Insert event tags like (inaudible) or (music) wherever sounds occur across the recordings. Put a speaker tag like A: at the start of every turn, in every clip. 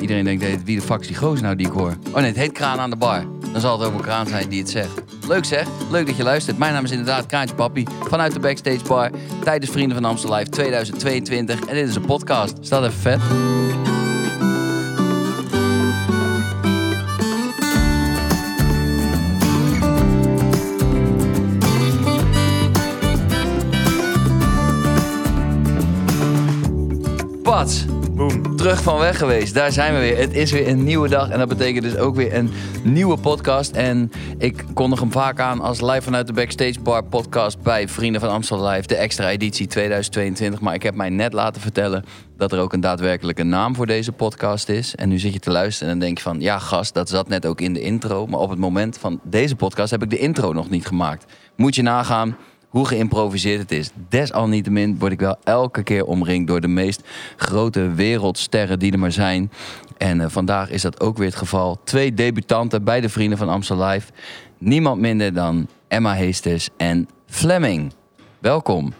A: Iedereen denkt, hey, wie de fuck is die gozer nou die ik hoor? Oh nee, het heet Kraan aan de bar. Dan zal het ook een kraan zijn die het zegt. Leuk zeg, leuk dat je luistert. Mijn naam is inderdaad Kraantje Papi vanuit de Backstage Bar tijdens Vrienden van Amstel Live 2022. En dit is een podcast. Staat even vet. Pats,
B: Boom.
A: terug van weg geweest. Daar zijn we weer. Het is weer een nieuwe dag en dat betekent dus ook weer een nieuwe podcast. En ik kondig hem vaak aan als live vanuit de Backstage Bar podcast bij Vrienden van Amstel Live, de extra editie 2022. Maar ik heb mij net laten vertellen dat er ook een daadwerkelijke naam voor deze podcast is. En nu zit je te luisteren en dan denk je van, ja gast, dat zat net ook in de intro. Maar op het moment van deze podcast heb ik de intro nog niet gemaakt. Moet je nagaan hoe geïmproviseerd het is. Desalniettemin word ik wel elke keer omringd door de meest grote wereldsterren die er maar zijn. En eh, vandaag is dat ook weer het geval. Twee debutanten bij de Vrienden van Amstel Live. Niemand minder dan Emma Heesters en Fleming. Welkom.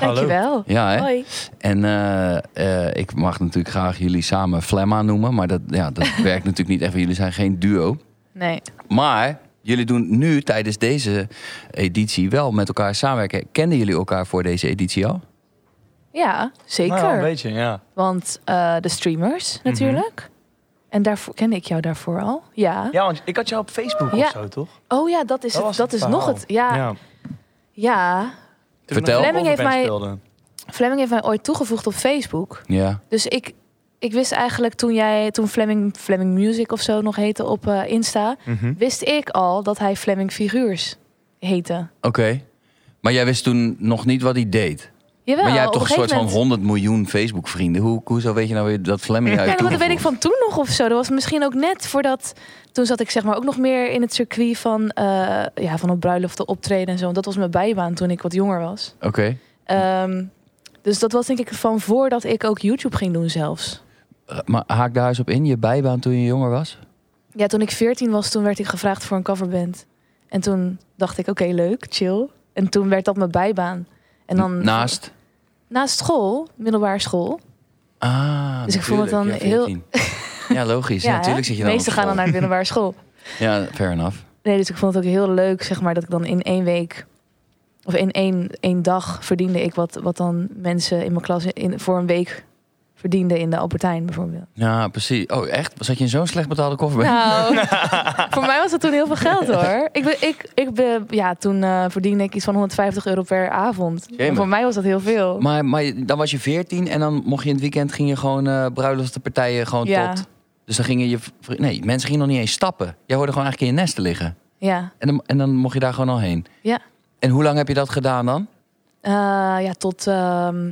C: Dankjewel.
A: Ja, hè?
C: Hoi.
A: En eh, eh, ik mag natuurlijk graag jullie samen Flemma noemen. Maar dat, ja, dat werkt natuurlijk niet echt. want Jullie zijn geen duo.
C: Nee.
A: Maar jullie doen nu tijdens deze editie wel met elkaar samenwerken. Kenden jullie elkaar voor deze editie al?
C: Ja, zeker.
B: Nou, een beetje, Mhm. ja.
C: Want eh, de streamers natuurlijk. En daarvoor kende ik jou daarvoor al. Ja.
B: Ja, want ik had jou op Facebook
C: Ja.
B: of zo, toch?
C: Oh ja, dat is,
B: Dat
C: het,
B: was
C: dat
B: het
C: is nog
B: verhaal.
C: het. Ja, ja.
D: Ja,
B: Toen we
A: Vertel.
B: nog
C: Lemming heeft
B: coverband
C: mij-
B: speelden.
C: Fleming heeft mij ooit toegevoegd op Facebook.
A: Ja.
C: Dus ik, ik wist eigenlijk toen jij, toen Fleming, Fleming Music of zo nog heette op eh, Insta,
B: Mhm.
C: wist ik al dat hij Fleming Figuurs heette.
A: Oké. Maar jij wist toen nog niet wat hij deed.
C: Jawel,
A: maar jij hebt
C: op
A: toch een soort
C: gegeven moment-
A: van 100 miljoen Facebook-vrienden. Hoe, hoezo weet je nou weer dat Fleming uit
C: Ja, maar dat weet ik van toen nog of zo. Dat was misschien ook net voordat... Toen zat ik zeg maar ook nog meer in het circuit van... eh, ja, van op bruiloften optreden en zo. Want Dat was mijn bijbaan toen ik wat jonger was.
A: Oké.
C: Ehm, dus dat was denk ik van voordat ik ook YouTube ging doen zelfs.
A: Eh, Maar haak daar eens op in. Je bijbaan toen je jonger was?
C: Ja, toen ik 14 was, toen werd ik gevraagd voor een coverband. En toen dacht ik, oké, leuk, chill. En toen werd dat mijn bijbaan. En dan
A: Naast?
C: naast school, middelbare school.
A: Ah,
C: Dus ik vond het
A: natuurlijk.
C: dan
A: Ja,
C: heel-
A: 14. Ja,
C: (laughs)
A: logisch. Ja, natuurlijk zit je dan
C: De
A: op
C: meesten gaan dan
A: school.
C: naar de middelbare school.
A: Ja, fair enough.
C: Nee, dus ik vond het ook heel leuk, zeg maar, dat ik dan in één week of in één, één dag verdiende ik wat, wat dan mensen in mijn klas in, voor een week verdienden in de Albertijn bijvoorbeeld.
A: (laughs) Ja, precies. Oh, echt? Zat je in zo'n slecht betaalde koffer?
C: Nou, (laughs) voor mij was dat toen heel veel geld hoor. Ik, ben- ik, ik ben, ja, toen eh, verdiende ik iets van 150 euro per avond.
A: Jemig.
C: En Voor mij was dat heel veel.
A: Maar, maar dan was je 14 en dan mocht je in het weekend ging je gewoon eh bruiloftenpartijen gewoon
C: ja,
A: tot. Dus dan gingen je vri- nee mensen gingen nog niet eens stappen. Jij hoorde gewoon eigenlijk in je nest te liggen
C: ja.
A: en dan, en dan mocht je daar gewoon al heen.
C: Ja.
A: En hoe lang heb je dat gedaan dan?
C: Eh, ja, tot. ehm,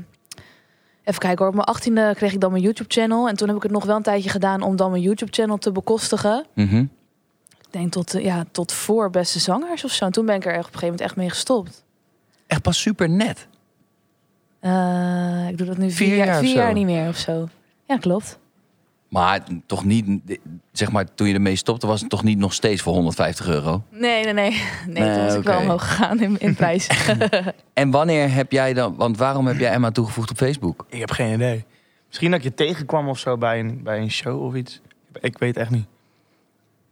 C: even kijken hoor. Op mijn achttiende kreeg ik dan mijn YouTube-channel. En toen heb ik het nog wel een tijdje gedaan om dan mijn YouTube-channel te bekostigen.
A: Mhm.
C: Ik denk tot, eh, ja, tot voor beste zangers of zo. En toen ben ik er echt op een gegeven moment echt mee gestopt.
A: Echt pas super net.
C: Eh, ik doe dat nu vier,
A: Vier
C: jaar,
A: jaar of
C: vier
A: zo.
C: jaar niet meer of zo. Ja, klopt.
A: Maar toch niet, zeg maar, toen je ermee stopte was het toch niet nog steeds voor 150 euro.
C: Nee, nee, (laughs) nee. Nee,
A: Nee,
C: toen was ik wel
A: oké.
C: omhoog gegaan in, in
A: (laughs)
C: prijs.
A: En wanneer heb jij dan, want waarom heb jij Emma toegevoegd op Facebook?
B: Ik heb geen idee. Misschien dat ik je tegenkwam of zo bij een, bij een show of iets. Ik weet echt niet.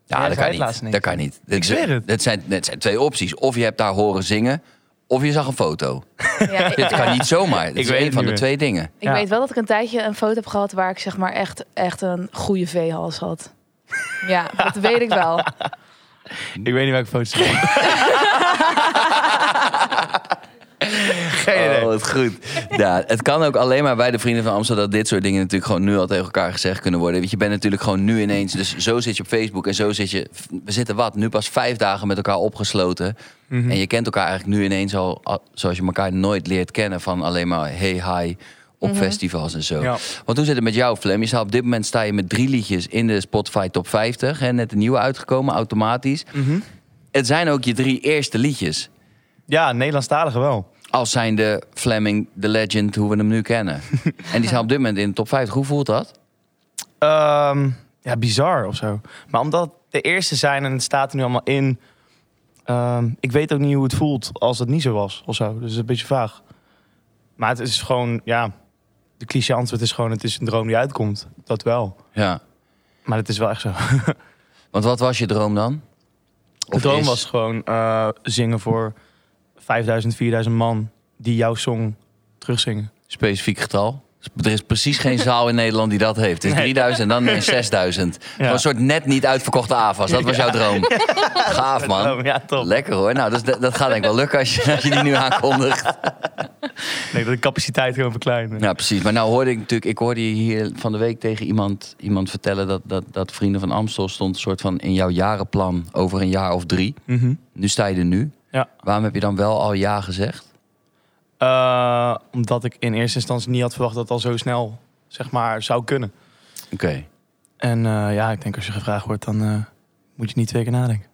A: Ja,
B: Ja,
A: dat,
B: zei
A: kan
B: het
A: niet.
B: laatst niet.
A: dat kan niet. Ik
B: zweer het.
A: Dat zijn, dat zijn twee opties. Of je hebt daar horen zingen, of je zag een foto.
C: ja,
B: (laughs)
C: ik,
A: Dit kan niet zomaar. Dit
B: Ik
A: is
B: weet
A: één
B: het
A: van
B: niet
A: de twee
B: meer.
A: dingen.
C: ik
B: Ja.
C: weet wel dat ik een tijdje een foto heb gehad waar ik zeg maar echt, echt een goede veehals had. Ja, dat weet ik wel.
B: Ik weet niet welke foto's het (laughs) zijn. Geen idee.
A: Oh, wat goed. (laughs) Ja, het kan ook alleen maar bij de vrienden van Amsterdam dat dit soort dingen natuurlijk gewoon nu al tegen elkaar gezegd kunnen worden. Want je bent natuurlijk gewoon nu ineens, dus zo zit je op Facebook en zo zit je, we zitten wat, nu pas vijf dagen met elkaar opgesloten.
B: Mhm.
A: En je kent elkaar eigenlijk nu ineens al, al- zoals je elkaar nooit leert kennen van alleen maar hey, hi op festivals en zo.
B: Mhm. Ja.
A: Want hoe zit het met jou, Flem? Je staat op dit moment sta je met drie liedjes in de Spotify Top 50. Hè? Net een nieuwe uitgekomen, automatisch.
B: Mhm.
A: Het zijn ook je drie eerste liedjes.
B: Ja, Nederlandstalige wel.
A: Als zijn de Fleming, de legend, hoe we hem nu
B: (laughs)
A: kennen. en die zijn op dit moment in de top 50. Hoe voelt dat?
B: Ehm, ja, bizar of zo. Maar omdat het de eerste zijn en het staat er nu allemaal in. ehm, ik weet ook niet hoe het voelt als het niet zo was of zo. Dus het is een beetje vaag. Maar het is gewoon, ja. De cliché antwoord is gewoon: het is een droom die uitkomt. Dat wel.
A: Ja.
B: Maar het is wel echt zo.
A: Want wat was je droom dan?
B: De droom
A: is-
B: was gewoon eh, zingen voor 5000, 4000 man die jouw song terugzingen.
A: Specifiek getal. Dus Er is precies
B: (laughs)
A: geen zaal in Nederland die dat heeft. Het is
B: Nee.
A: 3000 en
B: (laughs)
A: dan is 6000. Gewoon Een soort net niet uitverkochte AVAS. Dat was jouw
B: (laughs)
A: droom. Gaaf man.
B: Oh, ja, top.
A: Lekker hoor. Nou, dus dat, dat gaat denk ik wel lukken als je, als je die nu aankondigt.
B: (laughs) Nee, dat de capaciteit gewoon verkleinen.
A: Ja, precies. Maar nou hoorde ik natuurlijk, ik hoorde je hier van de week tegen iemand, iemand vertellen dat, dat, dat Vrienden van Amstel stond een soort van in jouw jarenplan over een jaar of drie.
B: Mhm.
A: Nu sta je er nu.
B: Ja.
A: Waarom heb je dan wel al ja gezegd?
B: Eh, omdat ik in eerste instantie niet had verwacht dat het al zo snel zeg maar, zou kunnen.
A: Oké.
B: En eh, ja, ik denk als je gevraagd wordt, dan eh, moet je niet twee keer nadenken.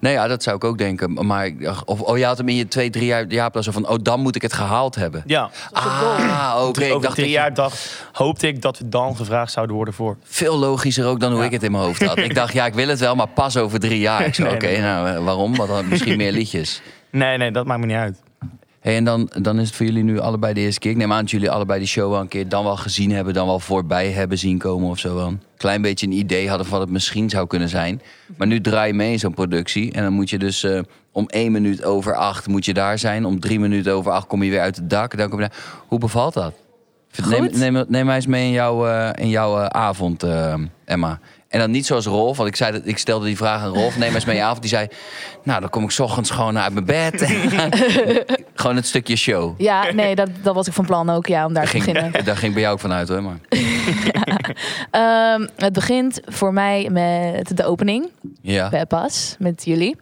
A: Nee, ja, dat zou ik ook denken. Maar ik dacht, of, oh, je had hem in je twee, drie jaar jaarplan zo van, oh, dan moet ik het gehaald hebben.
B: Ja,
A: Ah, oké. Ik dacht,
B: over drie
A: dat je-
B: jaar dacht, hoopte ik dat we dan gevraagd zouden worden voor.
A: veel logischer ook dan hoe
B: Ja.
A: ik het in mijn hoofd had. Ik dacht, ja, ik wil het wel, maar pas over drie jaar. Ik zei,
B: Nee,
A: oké,
B: nee.
A: nou, eh, waarom? Want dan
B: (laughs)
A: misschien meer liedjes.
B: Nee, nee, dat maakt me niet uit.
A: Hey, en dan, dan is het voor jullie nu allebei de eerste keer. Ik neem aan dat jullie allebei die show wel een keer dan wel gezien hebben, dan wel voorbij hebben zien komen of zo. Wel. Klein beetje een idee hadden van wat het misschien zou kunnen zijn. Maar nu draai je mee in zo'n productie. En dan moet je dus eh, om één minuut over acht moet je daar zijn. Om drie minuten over acht kom je weer uit het dak. Dan kom je daar. Hoe bevalt dat? Neem,
C: Goed.
A: neem, neem mij eens mee in jouw, eh, in jouw eh, avond, eh, Emma. En dan niet zoals Rolf, want ik, zei dat, ik stelde die vraag aan Rolf. Neem mij eens mee in je avond. Die zei, nou, dan kom ik 's ochtends gewoon uit mijn bed. (laughs) Gewoon het stukje show.
C: Ja, nee, dat, dat was ik van plan ook, ja, om daar
A: Daar
C: te
A: ging, (laughs)
C: beginnen.
A: daar ging bij jou ook vanuit hoor. Maar.
C: Ehm, het begint voor mij met de opening.
A: Ja.
C: Peppas met jullie.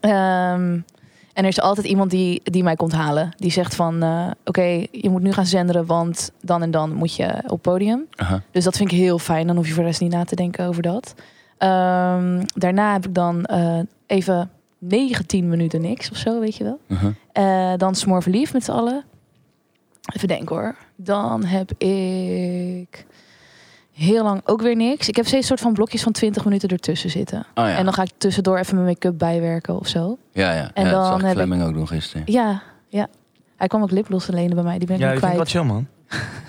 C: Ehm, en er is altijd iemand die, die mij komt halen. Die zegt van, eh, oké, je moet nu gaan zenderen, want dan en dan moet je op podium.
A: Aha.
C: Dus dat vind ik heel fijn. Dan hoef je voor de rest niet na te denken over dat. Ehm, daarna heb ik dan eh, even 19 minuten niks of zo, weet je wel.
A: aha.
C: Eh, dan Smorverliefd met z'n allen. Even denken hoor. Dan heb ik heel lang ook weer niks. Ik heb steeds soort van blokjes van 20 minuten ertussen zitten.
A: Oh ja.
C: En dan ga ik tussendoor even mijn make-up bijwerken of zo.
A: ja, ja.
C: en
A: ja,
C: dan
A: dat zag
C: heb
A: ik
C: ik-
A: Fleming ook nog gisteren.
C: Ja, ja. Hij kwam ook lipgloss te lenen bij mij. Die ben ik
B: Ja,
C: nu
B: ik vind
C: kwijt.
B: dat chill, man.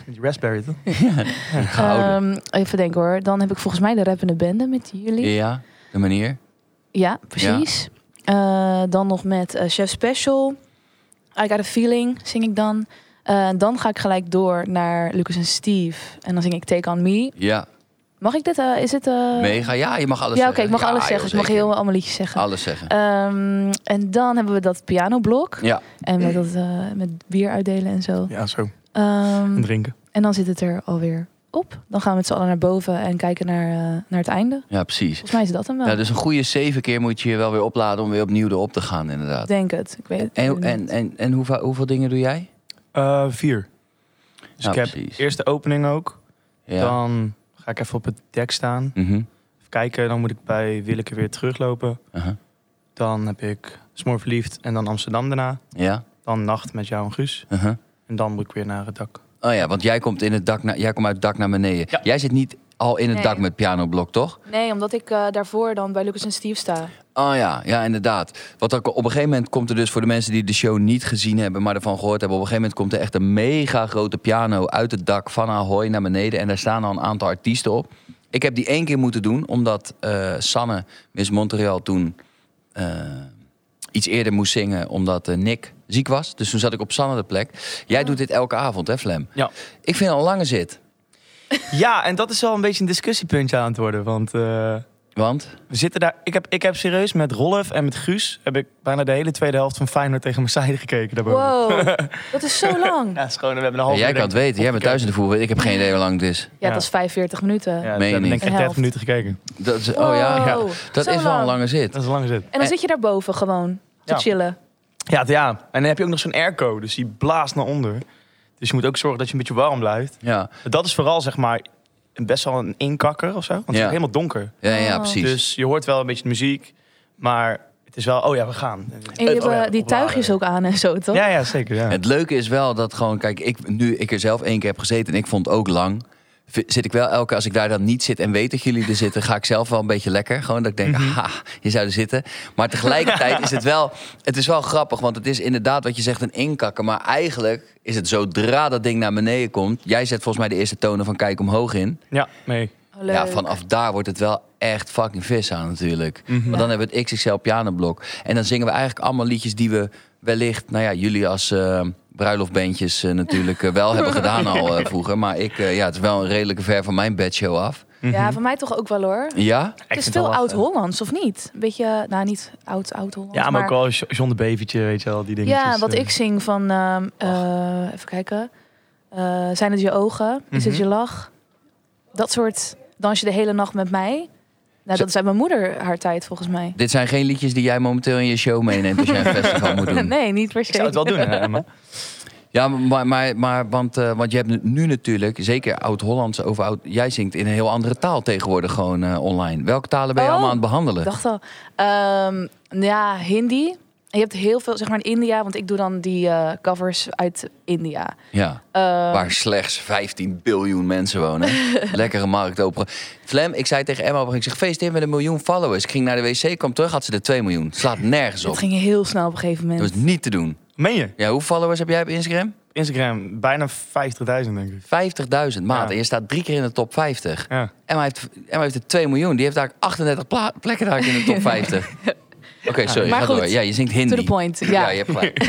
B: Die
A: (laughs)
B: raspberry, toch?
A: Gehouden.
C: Ehm, even denken hoor. Dan heb ik volgens mij de rappende bende met jullie. Ja,
A: ja, de manier.
C: precies. Eh, dan nog met eh, Chef Special. I Got A Feeling zing ik dan. Eh, dan ga ik gelijk door naar Lucas en Steve. En dan zing ik Take On Me.
A: Ja,
C: Mag ik dit? eh, is het... eh,
A: mega. Ja, je mag alles
C: ja, oké,
A: zeggen.
C: ik mag
A: Ja,
C: alles
A: joh,
C: zeggen. ik mag
A: zeker.
C: heel allemaal liedjes zeggen.
A: Alles zeggen.
C: Ehm, en dan hebben we dat pianoblok.
A: Ja.
C: En met, dat, eh, met bier uitdelen en zo.
B: Ja, zo.
C: Ehm,
B: En drinken.
C: en dan zit het er alweer op. Dan gaan we met z'n allen naar boven en kijken naar, eh, naar het einde.
A: ja, precies.
C: Volgens mij is dat hem wel.
A: Ja, dus een goede zeven keer moet je je wel weer opladen om weer opnieuw erop te gaan inderdaad.
C: Ik denk het. Ik weet het.
A: En,
C: niet.
A: en, en, en hoeveel, hoeveel dingen doe jij?
B: Eh, vier. Dus
A: Ja,
B: ik heb
A: precies.
B: eerst de opening ook.
A: Ja.
B: Dan ga ik even op het dek staan.
A: Mhm,
B: Even kijken, dan moet ik bij Willeke weer teruglopen.
A: aha.
B: Dan heb ik Smoor Verliefd en dan Amsterdam daarna.
A: Ja.
B: Dan Nacht met jou en Guus.
A: aha.
B: En dan moet ik weer naar het dak.
A: Oh ja, want jij komt, in het dak na, jij komt uit het dak naar beneden.
B: Ja.
A: Jij zit niet al in het
C: Nee.
A: dak met pianoblok, toch?
C: Nee, omdat ik eh, daarvoor dan bij Lucas en Steve sta.
A: Oh ja, ja, inderdaad. Want dan- op een gegeven moment komt er dus voor de mensen die de show niet gezien hebben, maar ervan gehoord hebben, op een gegeven moment komt er echt een mega grote piano uit het dak van Ahoy naar beneden. En daar staan al een aantal artiesten op. Ik heb die één keer moeten doen, omdat eh, Sanne, Miss Montreal, toen eh, iets eerder moest zingen, omdat eh, Nick ziek was. Dus toen zat ik op Sanne de plek. Jij doet dit elke avond, hè, Flem?
B: Ja.
A: Ik vind het al een lange zit.
B: Ja, en dat is wel een beetje een discussiepuntje aan het worden. Want eh,
A: Want?
B: we zitten daar... Ik heb, ik heb serieus met Rolf en met Guus... heb ik bijna de hele tweede helft van Feyenoord tegen Marseille gekeken. Daarboven.
C: Wow,
B: (laughs)
C: dat is zo lang.
B: Ja, het is gewoon... We hebben een half
A: jij
B: uur
A: kan het
B: denk ik
A: weten. Jij bent
B: opgekeken.
A: thuis in de voetbal. Ik heb geen idee hoe lang het is.
C: Ja,
B: Ja.
C: dat is 45 minuten.
B: Ja,
A: Meen
B: we
A: je
B: hebben
A: niet.
B: denk ik geen 30
C: Helft.
B: minuten gekeken.
A: Dat is, oh ja,
C: Wow,
A: dat
C: zo
A: is wel een
C: lang.
A: lange zit.
B: Dat is lang zit.
C: En dan zit je daarboven gewoon te
B: Ja.
C: chillen.
B: Ja, t- ja, en dan heb je ook nog zo'n airco, dus die blaast naar onder. Dus je moet ook zorgen dat je een beetje warm blijft.
A: Ja,
B: Dat is vooral zeg maar een- best wel een inkakker of zo, want het
A: Ja.
B: is helemaal donker.
A: ja, ja
C: Oh.
A: precies.
B: Dus je hoort wel een beetje de muziek, maar het is wel, oh ja, we gaan.
C: En jullie hebben eh, die tuigjes ook aan en zo, toch?
B: Ja, ja, zeker. Ja.
A: het leuke is wel dat gewoon, kijk, ik, nu ik er zelf één keer heb gezeten en ik vond het ook lang. v- Zit ik wel elke, als ik daar dan niet zit en weet dat jullie er zitten, ga ik zelf wel een beetje lekker. Gewoon dat ik
B: Mhm.
A: denk, haha, je zou er zitten. Maar tegelijkertijd is het wel, het is wel grappig, want het is inderdaad wat je zegt, een inkakken. Maar eigenlijk is het zodra dat ding naar beneden komt, jij zet volgens mij de eerste tonen van kijk omhoog in.
B: ja, nee.
C: Oh, Leuk.
A: Ja, vanaf daar wordt het wel echt fucking vis aan natuurlijk.
B: Mhm.
A: Want
C: Ja.
A: dan hebben we het XXL pianoblok. En dan zingen we eigenlijk allemaal liedjes die we wellicht... Nou ja, jullie als eh bruiloftbandjes eh, natuurlijk eh, wel hebben gedaan al eh, vroeger. Maar ik, eh, ja, het is wel een redelijke ver van mijn bedshow af.
C: Ja, van mij toch ook wel hoor.
A: Ja?
B: Mhm. Ik
C: Het is
B: vind wel
C: veel
B: lachen.
C: oud-Hollands, of niet? Een beetje, eh, nou niet oud-oud-Hollands.
B: Ja, maar ook wel Jo- John de Beventje, weet je wel, die dingetjes.
C: Ja, wat
B: eh.
C: ik zing van, ehm, eh, even kijken. Eh, zijn het je ogen? Is het
B: Mhm.
C: je lach? Dat soort dans je de hele nacht met mij. Nou,
A: Zo-
C: dat is uit mijn moeder haar tijd volgens mij.
A: Dit zijn geen liedjes die jij momenteel in je show meeneemt als jij een festival moet doen.
C: (laughs) nee, niet per se.
B: Ehm, Ik zou het wel doen, hè, Emma?
A: Ja, maar, maar, maar want, eh, want je hebt nu- nu natuurlijk, zeker Oud-Hollands over Oud... Jij zingt in een heel andere taal tegenwoordig gewoon eh, online. Welke talen ben je
C: Oh,
A: allemaal aan het behandelen?
C: Ik dacht al. Ehm, nou ja, Hindi. En Je hebt heel veel, zeg maar in India, want ik doe dan die eh, covers uit India.
A: Ja,
C: Ehm,
A: waar slechts 15 biljoen mensen wonen.
C: (laughs)
A: Lekkere markt open. Flem, ik zei tegen Emma, op een gegeven moment, ik zeg feestdin met een miljoen followers. Ik ging naar de wc, kwam terug, had ze er 2 miljoen. Slaat nergens op.
C: dat ging heel snel op een gegeven
A: Dat
C: moment.
A: was niet te doen.
B: Meen je?
A: Ja, hoeveel followers heb jij op Instagram?
B: Instagram, bijna 50.000 denk ik.
A: 50.000, maat.
B: Ja.
A: En je staat drie keer in de top 50.
B: Ja.
A: Emma heeft, Emma heeft er 2 miljoen. Die heeft eigenlijk 38 pla- plekken daar in de top
C: (laughs)
A: 50. Oké, sorry,
C: Maar
A: ga
C: goed.
A: door. Ja, je zingt Hindi.
C: To the point. Ja.
A: Ja, je hebt gelijk.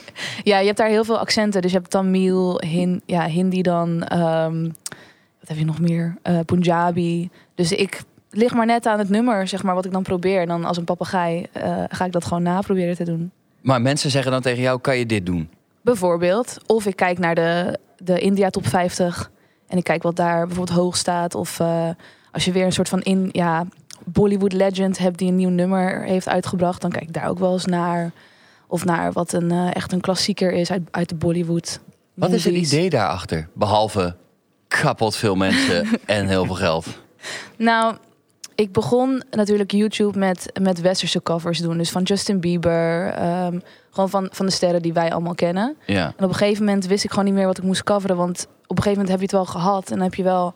C: (laughs) ja, je hebt daar heel veel accenten. Dus je hebt Tamil, Hin, ja, Hindi dan. ehm, wat heb je nog meer? Eh, Punjabi. Dus ik lig maar net aan het nummer, zeg maar, wat ik dan probeer. En dan als een papegaai eh, ga ik dat gewoon na proberen te doen.
A: Maar mensen zeggen dan tegen jou, kan je dit doen?
C: Bijvoorbeeld. Of ik kijk naar de, de India top 50. En ik kijk wat daar bijvoorbeeld hoog staat. Of eh, als je weer een soort van in, ja, Bollywood legend hebt die een nieuw nummer heeft uitgebracht. Dan kijk ik daar ook wel eens naar. Of naar wat een, eh, echt een klassieker is uit, uit de Bollywood.
A: Wat is het
C: movies.
A: idee daarachter? Behalve kapot veel
C: (laughs)
A: mensen en heel veel geld.
C: Nou, ik begon natuurlijk YouTube met, met westerse covers doen. Dus van Justin Bieber. ehm, gewoon van, van de sterren die wij allemaal kennen.
A: Ja.
C: En op een gegeven moment wist ik gewoon niet meer wat ik moest coveren. Want op een gegeven moment heb je het wel gehad. En dan heb je wel.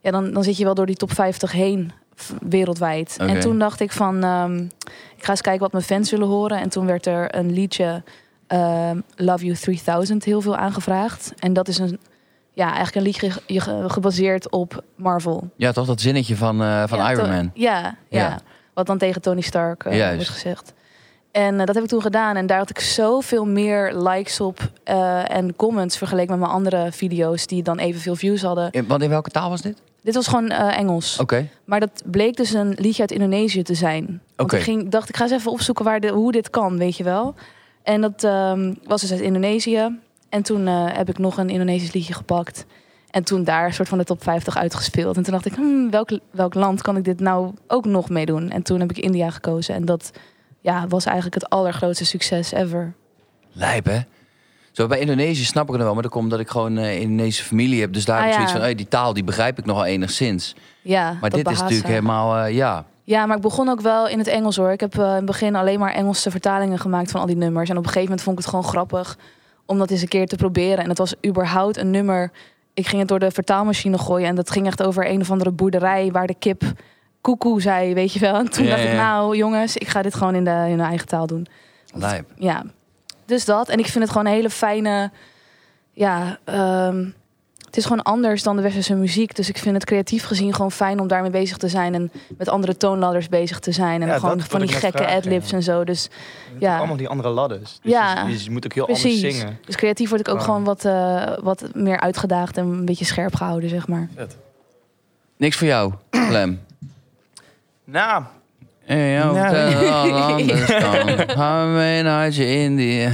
C: Ja, dan, dan zit je wel door die top 50 heen f- wereldwijd.
A: Oké.
C: En toen dacht ik van. ehm, ik ga eens kijken wat mijn fans willen horen. En toen werd er een liedje. ehm, Love You 3000 heel veel aangevraagd. En dat is een. Ja, eigenlijk een liedje ge- je ge- gebaseerd op Marvel.
A: ja, toch dat zinnetje van, eh, van
C: Ja,
A: Iron
C: to-
A: Man.
C: Ja, ja,
A: Ja.
C: Wat dan tegen Tony Stark eh,
A: Juist.
C: wordt gezegd. En eh, dat heb ik toen gedaan. En daar had ik zoveel meer likes op eh, en comments vergeleken met mijn andere video's die dan evenveel views hadden.
A: In- Want Eh, in welke taal was dit?
C: Dit was gewoon eh, Engels.
A: Oké.
C: Maar dat bleek dus een liedje uit Indonesië te zijn. Want
A: Oké.
C: ik ging, dacht, ik ga eens even opzoeken waar de, hoe dit kan, weet je wel. En dat ehm, was dus uit Indonesië. En toen eh, heb ik nog een Indonesisch liedje gepakt. En toen daar een soort van de top 50 uitgespeeld. En toen dacht ik, hmm, welk, welk land kan ik dit nou ook nog meedoen? En toen heb ik India gekozen. En dat ja, was eigenlijk het allergrootste succes ever.
A: Lijp, hè? Zo, bij Indonesië snap ik het nog wel, maar dat komt omdat ik gewoon eh Indonesische familie heb. Dus daar heb ik
C: Ah,
A: zoiets
C: ja.
A: van, hey, die taal die begrijp ik nog wel enigszins.
C: Ja,
A: Maar
C: dat
A: dit is
C: Bahasa.
A: natuurlijk helemaal, eh, ja.
C: Ja, maar ik begon ook wel in het Engels hoor. Ik heb eh, in het begin alleen maar Engelse vertalingen gemaakt van al die nummers. En op een gegeven moment vond ik het gewoon grappig om dat eens een keer te proberen. En het was überhaupt een nummer. Ik ging het door de vertaalmachine gooien. En dat ging echt over een of andere boerderij waar de kip koekoe zei, weet je wel. En toen
A: Ja,
C: dacht ik,
A: ja.
C: nou jongens, ik ga dit gewoon in, de, in de eigen taal doen.
A: Lijp.
C: Ja, dus dat. En ik vind het gewoon een hele fijne... Ja, ehm, het is gewoon anders dan de westerse muziek. Dus ik vind het creatief gezien gewoon fijn om daarmee bezig te zijn. En met andere toonladders bezig te zijn. En
B: Ja,
C: gewoon
B: dat wil
C: van die
B: ik net
C: gekke
B: vragen,
C: adlibs
B: ja.
C: en zo. Dus,
B: Ja.
C: Ja.
B: Allemaal die andere ladders. Dus
C: Ja.
B: je, dus je moet ook heel anders
C: Precies.
B: zingen.
C: dus creatief word ik ook
B: Wauw.
C: gewoon wat, eh, wat meer uitgedaagd en een beetje scherp gehouden, zeg maar.
A: Niks voor jou, Lem.
B: Nou,
A: Hey,
B: Nou.
A: (laughs) Ga mee naar je Indië.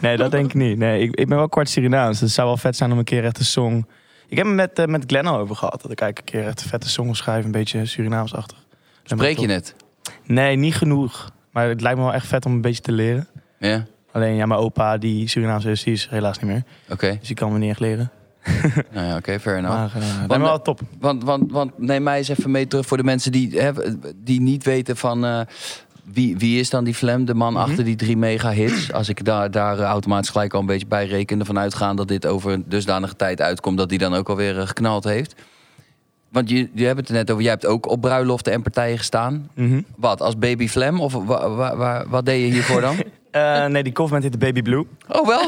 B: nee, dat denk ik niet. Nee, ik, ik ben wel kwart Surinaams. Dus het zou wel vet zijn om een keer echt een song... Ik heb het met, eh, met Glenn al over gehad. Dat ik eigenlijk een keer echt een vette song wil schrijven. Een beetje Surinaams-achtig.
A: Spreek je net?
B: Nee, niet genoeg. Maar het lijkt me wel echt vet om een beetje te leren.
A: Ja,
B: Alleen, ja, mijn opa die Surinaams is, die is helaas niet meer.
A: oké.
B: Dus die kan me niet echt leren.
A: Nou ja, oké, fair enough.
B: Maar eh, lijkt me
A: Want-
B: wel top.
A: Want, want, want neem mij eens even mee terug voor de mensen die, hè, die niet weten van... eh, wie, wie is dan die Flem, de man achter die drie mega hits? Als ik daar, daar eh, automatisch gelijk al een beetje bij reken... ervan uitgaan dat dit over een dusdanige tijd uitkomt... dat die dan ook alweer eh, geknald heeft. Want je, je hebt het er net over, jij hebt ook op bruiloften en partijen gestaan.
B: Mhm.
A: Wat, als baby Flem? Of wa- wa- wa- wat deed je hiervoor dan?
B: Eh, nee, die cover met heet Baby Blue.
A: Oh, wel?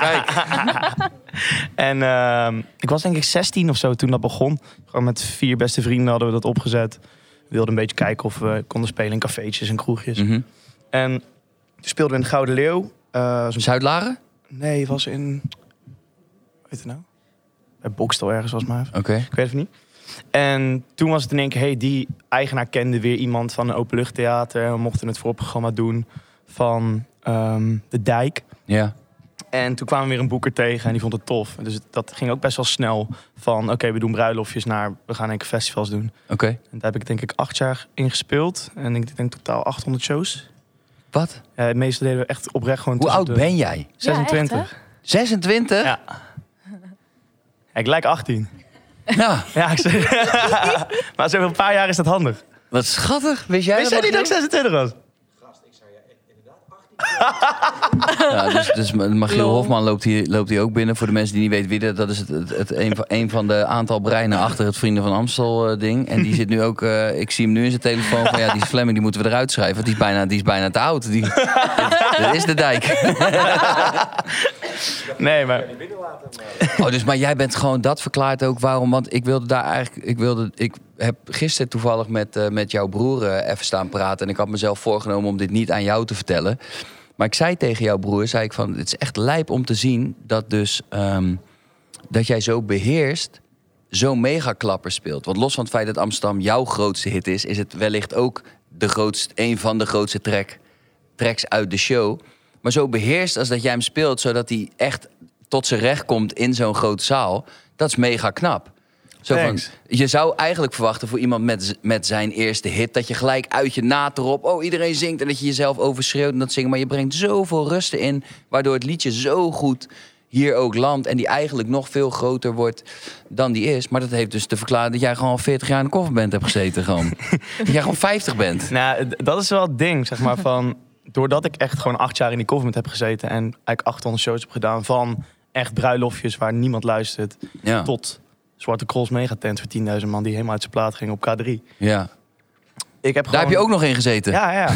A: Kijk.
B: En ehm, ik was denk ik 16 of zo toen dat begon. Gewoon met vier beste vrienden hadden we dat opgezet. We wilden een beetje kijken of we konden spelen in cafeetjes en kroegjes.
A: Mhm.
B: En toen speelden we in de Gouden Leeuw. Eh, zo'n-
A: Zuidlaren?
B: nee, het was in... Hoe heet het nou? Bij Bokstel ergens was het maar even.
A: Oké.
B: Ik weet het niet. En toen was het in één keer, hey, die eigenaar kende weer iemand van een openluchttheater. En we mochten het voorprogramma doen van ehm, De Dijk.
A: Ja.
B: En toen kwamen we weer een boeker tegen en die vond het tof. Dus dat ging ook best wel snel van, oké, we doen bruiloftjes naar, we gaan een keer festivals doen.
A: Oké.
B: En daar heb ik denk ik acht jaar in gespeeld. En ik denk totaal 800 shows.
A: Wat?
B: Ja, het meeste deden we echt oprecht gewoon
A: Hoe
B: tussen
A: oud
B: de
A: ben jij?
B: 26.
C: Ja, echt,
A: 26?
B: Ja. Ja, ik lijk 18.
A: Nou,
B: (laughs) Ja, ik zeg, (laughs) maar zo een paar jaar is dat handig.
A: wat schattig. Wist jij
B: Wist jij
A: dat?
B: niet dat
A: nog,
B: ik 26 was?
A: joh? Ja, dus,
B: (laughs)
A: dus Magiel
C: Lol.
A: Hofman loopt hier, loopt hier ook binnen. Voor de mensen die niet weten wie dat is, dat is het, het, het een, van, een van de aantal breinen achter het Vrienden van Amstel eh, ding. En die zit nu ook, eh, ik zie hem nu in zijn telefoon van ja, die Fleming die moeten we eruit schrijven. want Die is bijna, die is bijna te oud. Die,
B: (laughs)
A: dat is de dijk.
B: Nee, maar
A: Oh, dus maar jij bent gewoon, dat verklaart ook waarom. Want ik wilde daar eigenlijk, ik wilde, ik heb gisteren toevallig met, eh, met jouw broer eh, even staan praten. En ik had mezelf voorgenomen om dit niet aan jou te vertellen. Maar ik zei tegen jouw broer, zei ik van, het is echt lijp om te zien dat dus, ehm, dat jij zo beheerst zo'n megaklapper speelt. Want los van het feit dat Amsterdam jouw grootste hit is, is het wellicht ook de grootst, een van de grootste track, tracks uit de show. Maar zo beheerst als dat jij hem speelt, zodat hij echt tot zijn recht komt in zo'n grote zaal. Dat is mega knap. Zo van,
B: Thanks.
A: je zou eigenlijk verwachten voor iemand met, z- met zijn eerste hit... dat je gelijk uit je naad erop, oh iedereen zingt... en dat je jezelf overschreeuwt en dat zingen. Maar je brengt zoveel rust in, waardoor het liedje zo goed hier ook landt... en die eigenlijk nog veel groter wordt dan die is. Maar dat heeft dus te verklaren dat jij gewoon al 40 jaar in de kofferband hebt gezeten. Gewoon. dat jij gewoon 50 bent.
B: nou, d- dat is wel het ding, zeg maar, van... Doordat ik echt gewoon acht jaar in die kofferment heb gezeten... en eigenlijk 800 shows heb gedaan van echt bruiloftjes waar niemand luistert...
A: Ja,
B: tot Zwarte Cross megatent voor 10.000 man die helemaal uit zijn plaat ging op K3.
A: ja.
B: Ik heb
A: Daar heb je ook nog in gezeten.
B: Ja, ja.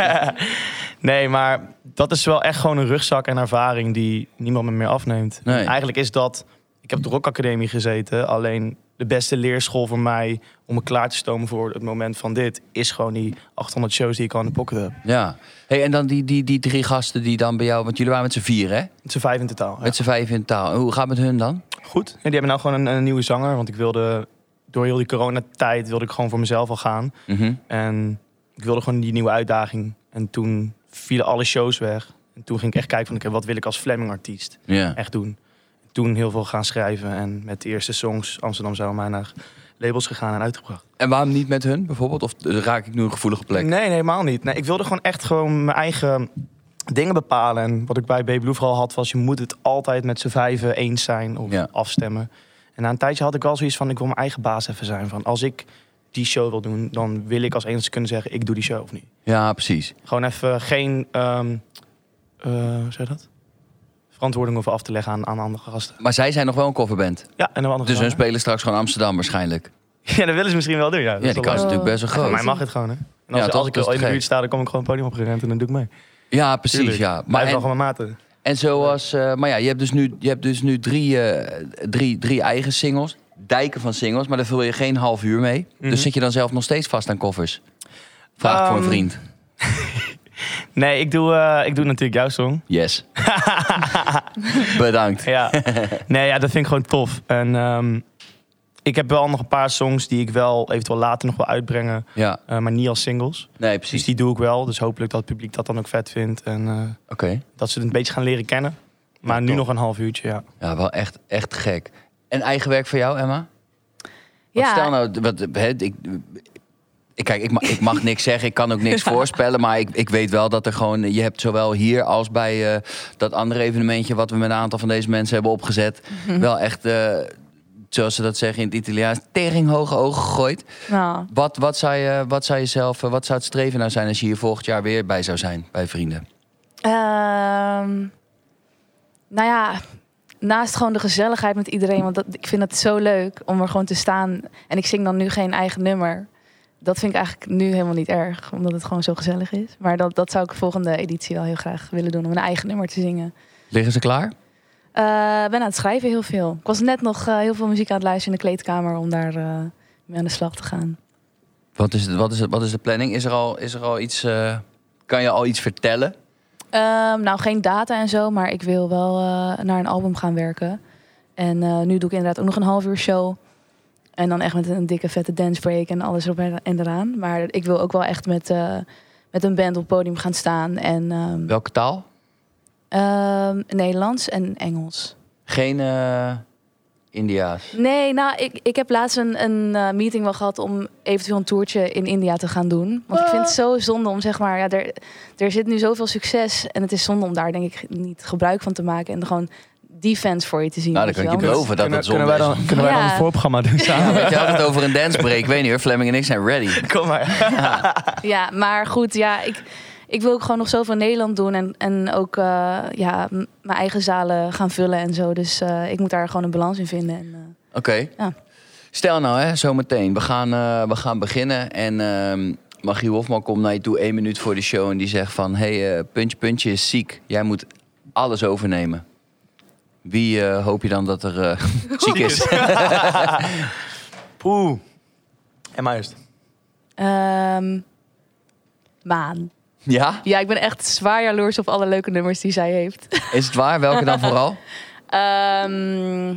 B: (laughs) nee, maar dat is wel echt gewoon een rugzak en ervaring die niemand me meer afneemt.
A: Nee.
B: En Eigenlijk is dat... Ik heb op de Rock Academie gezeten. Alleen de beste leerschool voor mij om me klaar te stomen voor het moment van dit... is gewoon die 800 shows die ik al in de pocket heb.
A: Ja. Hey, en dan die, die, die drie gasten die dan bij jou... Want jullie waren met z'n vier, hè?
B: Het zijn vijf in totaal. ja.
A: Met z'n vijf in taal. Hoe gaat het met hun dan?
B: Goed. Ja, die hebben nou gewoon een, een nieuwe zanger. Want ik wilde... Door heel die coronatijd wilde ik gewoon voor mezelf al gaan.
A: Mhm.
B: En ik wilde gewoon die nieuwe uitdaging. En toen vielen alle shows weg. En toen ging ik echt kijken van... oké, wat wil ik als Fleming-artiest?
A: Ja.
B: echt doen. Toen heel veel gaan schrijven en met de eerste songs Amsterdam zou mij naar labels gegaan en uitgebracht.
A: En waarom niet met hun bijvoorbeeld? Of eh, raak ik nu een gevoelige plek?
B: Nee, nee, helemaal niet. Nee, ik wilde gewoon echt gewoon mijn eigen dingen bepalen. En wat ik bij Baby Blue vooral had was je moet het altijd met z'n vijven eens zijn of
A: Ja.
B: afstemmen. En na een tijdje had ik wel zoiets van ik wil mijn eigen baas even zijn. Van als ik die show wil doen, dan wil ik als enige kunnen zeggen ik doe die show of niet.
A: Ja, precies.
B: Gewoon even geen, ehm eh, hoe zeg je dat? Verantwoording over af te leggen aan, aan andere gasten.
A: Maar zij zijn nog wel een kofferband.
B: Ja, en de andere
A: Dus hun
B: gasten.
A: spelen straks gewoon Amsterdam waarschijnlijk.
B: (laughs) Ja, dat willen ze misschien wel doen. Ja, Dat is
A: Ja, die
B: wel
A: kans is
B: waar.
A: natuurlijk best wel
B: Voor
C: Ja,
A: groot.
B: mij mag het gewoon, hè? En als,
A: Ja,
B: als
A: toch?
B: ik
A: Dat is
B: al in de
A: te
B: buurt sta, dan kom ik gewoon het podium opgerend en dan doe ik mee.
A: Ja, precies.
B: Tuurlijk.
A: Ja.
B: Maar
A: Maar
B: hij wel
A: en,
B: gewoon mijn maten.
A: En zoals, eh, maar ja, je hebt dus nu, je hebt dus nu drie, eh, drie, drie eigen singles. Dijken van singles, maar daar vul je geen half uur mee.
B: Mhm.
A: Dus zit je dan zelf nog steeds vast aan koffers? Vraag ik voor een
B: Ehm,
A: vriend.
B: Nee, ik doe, eh, ik doe natuurlijk jouw song.
A: (laughs) Yes. Bedankt. (laughs)
B: Ja. nee, ja, dat vind ik gewoon tof. En ehm, ik heb wel nog een paar songs die ik wel eventueel later nog wil uitbrengen,
A: Ja,
B: eh, maar niet als singles.
A: nee,
B: Dus
A: precies.
B: die doe ik wel. Dus hopelijk dat het publiek dat dan ook vet vindt en eh,
A: Oké.
B: dat ze het een beetje gaan leren kennen. Maar
A: Ja,
B: nu
A: tof.
B: nog een half uurtje, ja.
A: Ja, wel echt, echt gek. En eigen werk voor jou, Emma? Want
C: Ja,
A: Stel nou, wat, hè, ik, ik, kijk, ik, ma- ik mag niks zeggen, ik kan ook niks voorspellen. Maar ik, ik weet wel dat er gewoon. Je hebt zowel hier als bij eh, dat andere evenementje. wat we met een aantal van deze mensen hebben opgezet. wel echt, eh, zoals ze dat zeggen in het Italiaans. teringhoge ogen gegooid.
C: nou,
A: Wat, wat, zou je, wat zou je zelf. eh, wat zou het streven nou zijn als je hier volgend jaar weer bij zou zijn? Bij vrienden.
C: ehm, nou ja, naast gewoon de gezelligheid met iedereen. Want dat, ik vind het zo leuk om er gewoon te staan. En ik zing dan nu geen eigen nummer. Dat vind ik eigenlijk nu helemaal niet erg, omdat het gewoon zo gezellig is. Maar dat, dat zou ik volgende editie wel heel graag willen doen, om een eigen nummer te zingen.
A: Liggen ze klaar?
C: Eh, ben aan het schrijven heel veel. Ik was net nog eh, heel veel muziek aan het luisteren in de kleedkamer om daar eh, mee aan de slag te gaan.
A: Wat is, het- wat, is het- wat is de planning? Is er al, is er al iets... eh, kan je al iets vertellen?
C: Ehm, nou, geen data en zo, maar ik wil wel eh, naar een album gaan werken. En eh, nu doe ik inderdaad ook nog een half uur show. En dan echt met een dikke vette dancebreak en alles erop en en eraan. Maar ik wil ook wel echt met, eh, met een band op het podium gaan staan. En ehm,
A: Welke taal?
C: ehm, Nederlands en Engels.
A: Geen eh, India's.
C: Nee, nou, ik, ik heb laatst een, een eh, meeting wel gehad om eventueel een toertje in India te gaan doen. Want ik vind het zo zonde om, zeg maar, ja, er, er zit nu zoveel succes. En het is zonde om daar, denk ik, niet gebruik van te maken. En gewoon die fans voor je te zien.
A: Nou,
C: weet
A: dat kan ik
C: wel.
A: je beloven dat
B: kunnen,
A: het zonde
B: kunnen wij dan,
A: is.
B: Kunnen wij dan
C: Ja.
B: een voorprogramma doen
A: Ja,
B: samen?
A: weet je
B: (laughs)
A: had het over een dancebreak. Ik weet niet hoor, Fleming en ik zijn ready.
B: Kom maar.
C: Ja, maar goed, ja, ik, ik wil ook gewoon nog zoveel in Nederland doen. En, en ook eh, ja, m- mijn eigen zalen gaan vullen en zo. Dus eh, ik moet daar gewoon een balans in vinden. En, eh,
A: Oké.
C: Ja.
A: Stel nou, hè, zometeen. We gaan, eh, we gaan beginnen. En ehm Magie Hofman komt naar je toe één minuut voor de show. En die zegt van... Hé, hey, eh, Puntje Puntje is ziek. Jij moet alles overnemen. Wie eh, hoop je dan dat er
B: (laughs)
A: eh, ziek is?
B: Poeh. En maar eerst.
C: ehm, maan.
A: ja?
C: Ja, ik ben echt zwaar jaloers op alle leuke nummers die zij heeft.
A: Is het waar? Welke
B: (laughs)
A: dan vooral?
C: Ehm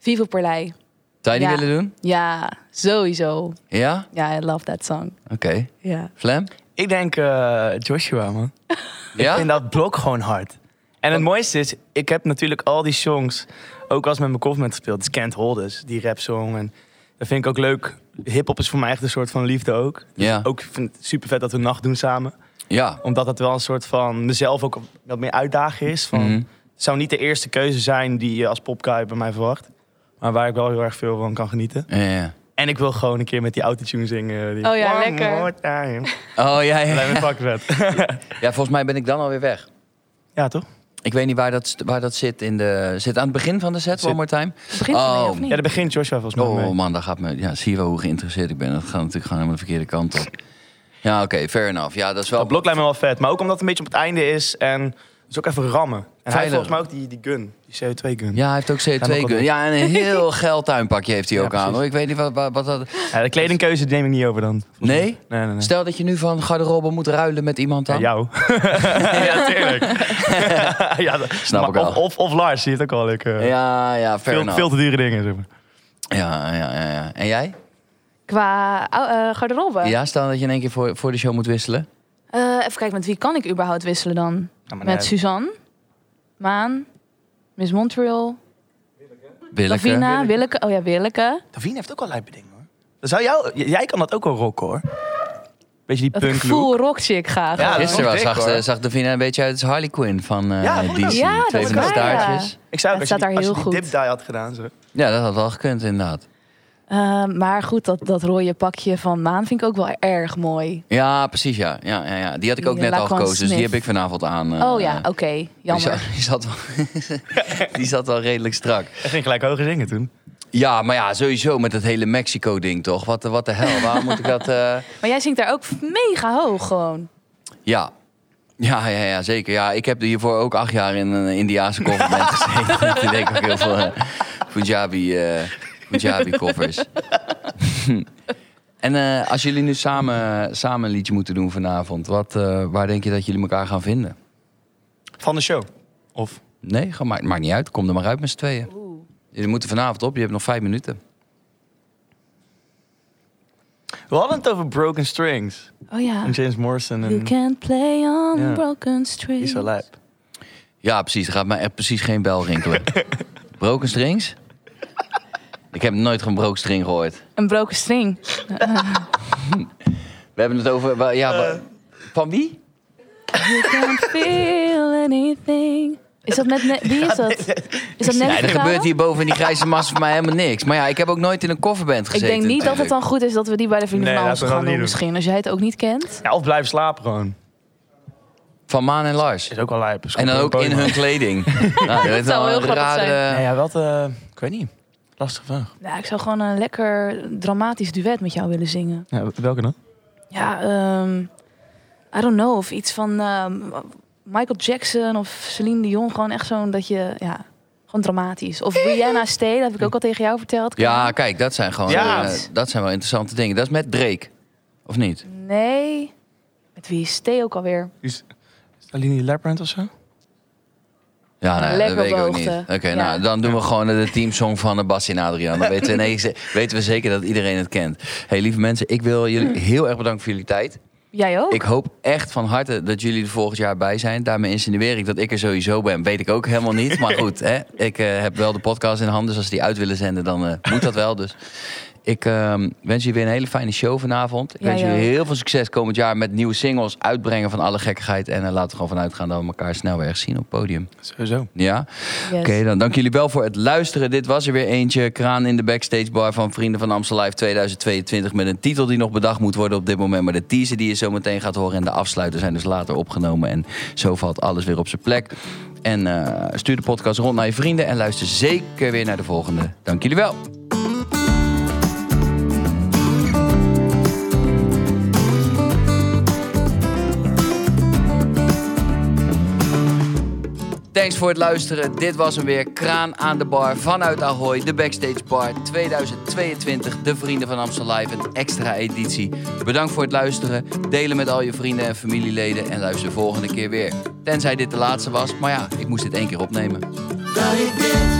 C: Vivo Perlei.
A: Zou je die
C: Ja.
A: willen doen?
C: Ja, sowieso.
A: Ja?
C: Ja, I love that song.
A: Oké.
C: Ja.
A: Flem?
B: Ik denk eh, Joshua, man. Ik
A: Ja?
B: vind dat blok gewoon hard. En het mooiste is, ik heb natuurlijk al die songs, ook als met mijn kofferment gespeeld. Dus Can't Hold Us, die rapsong. En dat vind ik ook leuk. Hip-hop is voor mij echt een soort van liefde ook.
A: Ja.
B: Ook vind ik het super vet dat we een nacht doen samen.
A: Ja.
B: Omdat dat wel een soort van mezelf ook wat meer uitdagen is. Van,
A: Mhm.
B: Het zou niet de eerste keuze zijn die je als popguy bij mij verwacht. Maar waar ik wel heel erg veel van kan genieten.
A: Ja, ja.
B: En ik wil gewoon een keer met die autotune zingen. eh, Die
C: Oh ja,
B: One
C: lekker.
B: More time.
A: Oh, ja,
B: Dat lijkt me
A: ja.
B: fucking vet.
A: Ja, volgens mij ben ik dan alweer weg.
B: Ja, toch?
A: Ik weet niet waar dat, waar dat zit. In de, zit aan het begin van de set,
B: Zit-
A: One More Time?
C: Het Begint ermee,
A: Oh.
C: of
B: Ja,
C: niet?
B: daar begint Joshua volgens mij
A: Oh
B: mee.
A: man, daar gaat me. Ja, zie je wel hoe geïnteresseerd ik ben. Dat gaat natuurlijk gewoon helemaal de verkeerde kant op. Ja, oké, fair enough. Ja, dat is wel.
B: Dat blok lijkt me wel vet. Maar ook omdat het een beetje op het einde is. En het is ook even rammen. En hij
A: Veilig.
B: heeft volgens mij ook die, die gun. Die CO2-gun. Ja.
A: Ja, hij heeft ook CO2
B: Ja, maar
A: kunnen.
B: goed.
A: Ja, en een
B: (laughs)
A: heel geil tuinpakje heeft hij
B: Ja,
A: ook aan.
B: precies.
A: Hoor. Ik weet niet wat, wat, wat dat.
B: de kledingkeuze neem ik niet over dan.
A: Nee?
B: Nee, nee, nee.
A: Stel dat je nu van garderobe moet ruilen met iemand
B: Ja,
A: dan.
B: jou. (laughs) ja,
A: (laughs)
B: tuurlijk. ja, dat-
A: Snap
B: maar
A: ik wel.
B: Of, of, of Lars, die heeft ook wel leuk. eh,
A: ja, ja, fair
B: veel,
A: enough.
B: veel te dure dingen, zeg maar.
A: Ja, ja, ja, ja. En jij?
C: Qua oh, eh, garderobe.
A: Ja, stel dat je in één keer voor, voor de show moet wisselen.
C: Eh, even kijken, met wie kan ik überhaupt wisselen dan?
B: Ja, maar
C: Met
B: nee.
C: Suzanne, Maan, Miss Montreal,
A: Willeke.
C: Lavina, Willeke. Oh ja, Willeke.
B: Davina heeft ook wel lijpe dingen, hoor. Dan zou jou, j- jij kan dat ook wel rocken, hoor. Beetje die
C: Dat ik
B: punk look.
C: full rock chick ga.
B: Ja,
C: gewoon.
B: dat is
A: Gisteren was,
B: dik,
A: zag,
B: hoor.
A: eh, zag Davina een beetje uit als Harley Quinn van eh
B: Ja, dat vond ik
A: DC.
B: ook.
C: Ja,
A: Twee
C: dat
A: van die
B: vond ik ook,
C: ja.
A: staartjes.
B: Ik zou ook, als je
C: Het staat daar
B: die, als je
C: heel
B: die
C: goed.
B: dip dye had gedaan, zo.
A: Ja, dat had wel gekund inderdaad.
C: Eh, maar goed, dat, dat rode pakje van Maan vind ik ook wel erg mooi.
A: Ja, precies, ja. ja, ja, ja. Die had ik ook
C: Die
A: net al
C: Laquan
A: gekozen, dus die
C: Smith.
A: heb ik vanavond aan. eh,
C: oh ja, oké,
A: die,
C: jammer.
A: zat, (laughs) die, zat wel, die zat wel redelijk strak.
B: Hij ging gelijk hoger zingen toen.
A: Ja, maar ja, sowieso met dat hele Mexico-ding toch? Wat, de- wat de hel, waarom moet ik dat... eh,
C: Maar jij zingt daar ook mega hoog gewoon.
A: Ja. Ja, ja, ja, zeker. Ja, ik heb hiervoor ook acht jaar in een Indiaanse kofferband gezeten. (laughs) Toen deed ik ook heel veel eh, Punjabi, eh, Punjabi koffers. (laughs) en eh, als jullie nu samen, samen een liedje moeten doen vanavond, wat, eh, waar denk je dat jullie elkaar gaan vinden?
B: Van de show. Of?
A: Nee, gewoon, maakt, maakt niet uit. Kom er maar uit met z'n tweeën. Jullie moeten vanavond op. Je hebt nog vijf minuten.
B: We hadden het over Broken Strings.
C: Oh ja.
B: En James Morrison. En...
C: You can play on
B: Ja.
C: broken
B: Die
C: strings.
B: is wel lijp.
A: Ja, precies. Er gaat mij echt precies geen bel rinkelen. broken strings? Ik heb nooit van broken string gehoord.
C: Een broken string.
A: We hebben het over... wa- Ja, wa-
B: Eh.
A: Van wie?
C: You can't feel anything. Is dat met... Ne- Wie is dat? Is dat
A: Nee,
C: Nelly
A: er gebeurt
C: Furtado?
A: hier boven in die
C: (laughs)
A: grijze massa voor mij helemaal niks. Maar ja, ik heb ook nooit in een kofferband
C: Ik
A: gezeten.
C: denk niet dat het
A: natuurlijk.
C: dan goed is dat we die bij de Vrienden
B: Nee,
C: van
B: laten we dat
C: Amsterdam gaan
B: niet
C: doen
B: doen.
C: misschien. Als jij het ook niet kent.
B: Ja, of blijven slapen gewoon.
A: Van Maan en Lars.
B: Is ook wel lijp. Is
A: En dan
B: gewoon
A: ook in
B: podium.
A: hun
C: (laughs)
A: kleding. nou, dat
C: zou heel grappig zijn.
B: Nee, ja, wat... eh, ik weet niet. Lastige vraag.
C: Ja, Nou, ik zou gewoon een lekker dramatisch duet met jou willen zingen.
B: Ja, welke dan?
C: Ja, ehm I don't know. Of iets van ehm, Michael Jackson of Celine Dion. Gewoon echt zo'n dat je... Ja, Gewoon dramatisch. Of Rihanna Stay, dat heb ik ook al tegen jou verteld.
A: Ja, kijk, dat zijn gewoon
B: Ja.
A: eh, dat zijn wel interessante dingen. Dat is met Drake, of niet?
C: Nee. Met wie is Stay ook alweer?
B: Is, is Aline Leprand of zo?
A: Ja, nou, ja, dat
C: Lekker
A: weet ik ook niet.
C: beoogde.
A: Oké,
C: Ja.
A: nou, dan doen we gewoon de teamsong van eh, Bassie en Adriaan. Dan weten we,
C: (laughs)
A: ineens- weten we zeker dat iedereen het kent. hey, lieve mensen, ik wil
C: (clears throat)
A: jullie heel erg bedanken voor jullie tijd.
C: Jij ook?
A: Ik hoop echt van harte dat jullie er volgend jaar bij zijn. Daarmee insinueer ik dat ik er sowieso ben. Weet ik ook helemaal niet. Maar goed, hè, ik eh, heb wel de podcast in handen. Dus als ze die uit willen zenden, dan eh, moet dat wel. Dus ik ehm, wens jullie weer een hele fijne show vanavond. Ik
C: Jij
A: wens jullie
C: ook.
A: heel veel succes komend jaar met nieuwe singles. Uitbrengen van alle gekkigheid. En eh, laten we gewoon vanuit gaan dat we elkaar snel weer ergens zien op het podium.
B: Sowieso.
A: Ja?
C: Yes.
A: Oké, dan dank jullie wel voor het luisteren. Dit was er weer eentje. Kraan in de backstage bar van Vrienden van Amstel Live 2022. Met een titel die nog bedacht moet worden op dit moment. Maar de teaser die je zo meteen gaat horen en de afsluiter zijn dus later opgenomen. En zo valt alles weer op zijn plek. En eh, stuur de podcast rond naar je vrienden. En luister zeker weer naar de volgende. Dank jullie wel. Thanks voor het luisteren. Dit was hem weer. Kraan aan de bar vanuit Ahoy. De Backstage Bar 2022. De Vrienden van Amstel Live. Een extra editie. Bedankt voor het luisteren. Delen met al je vrienden en familieleden. En luister de volgende keer weer. Tenzij dit de laatste was. Maar ja, ik moest dit één keer opnemen.
D: dat ik dit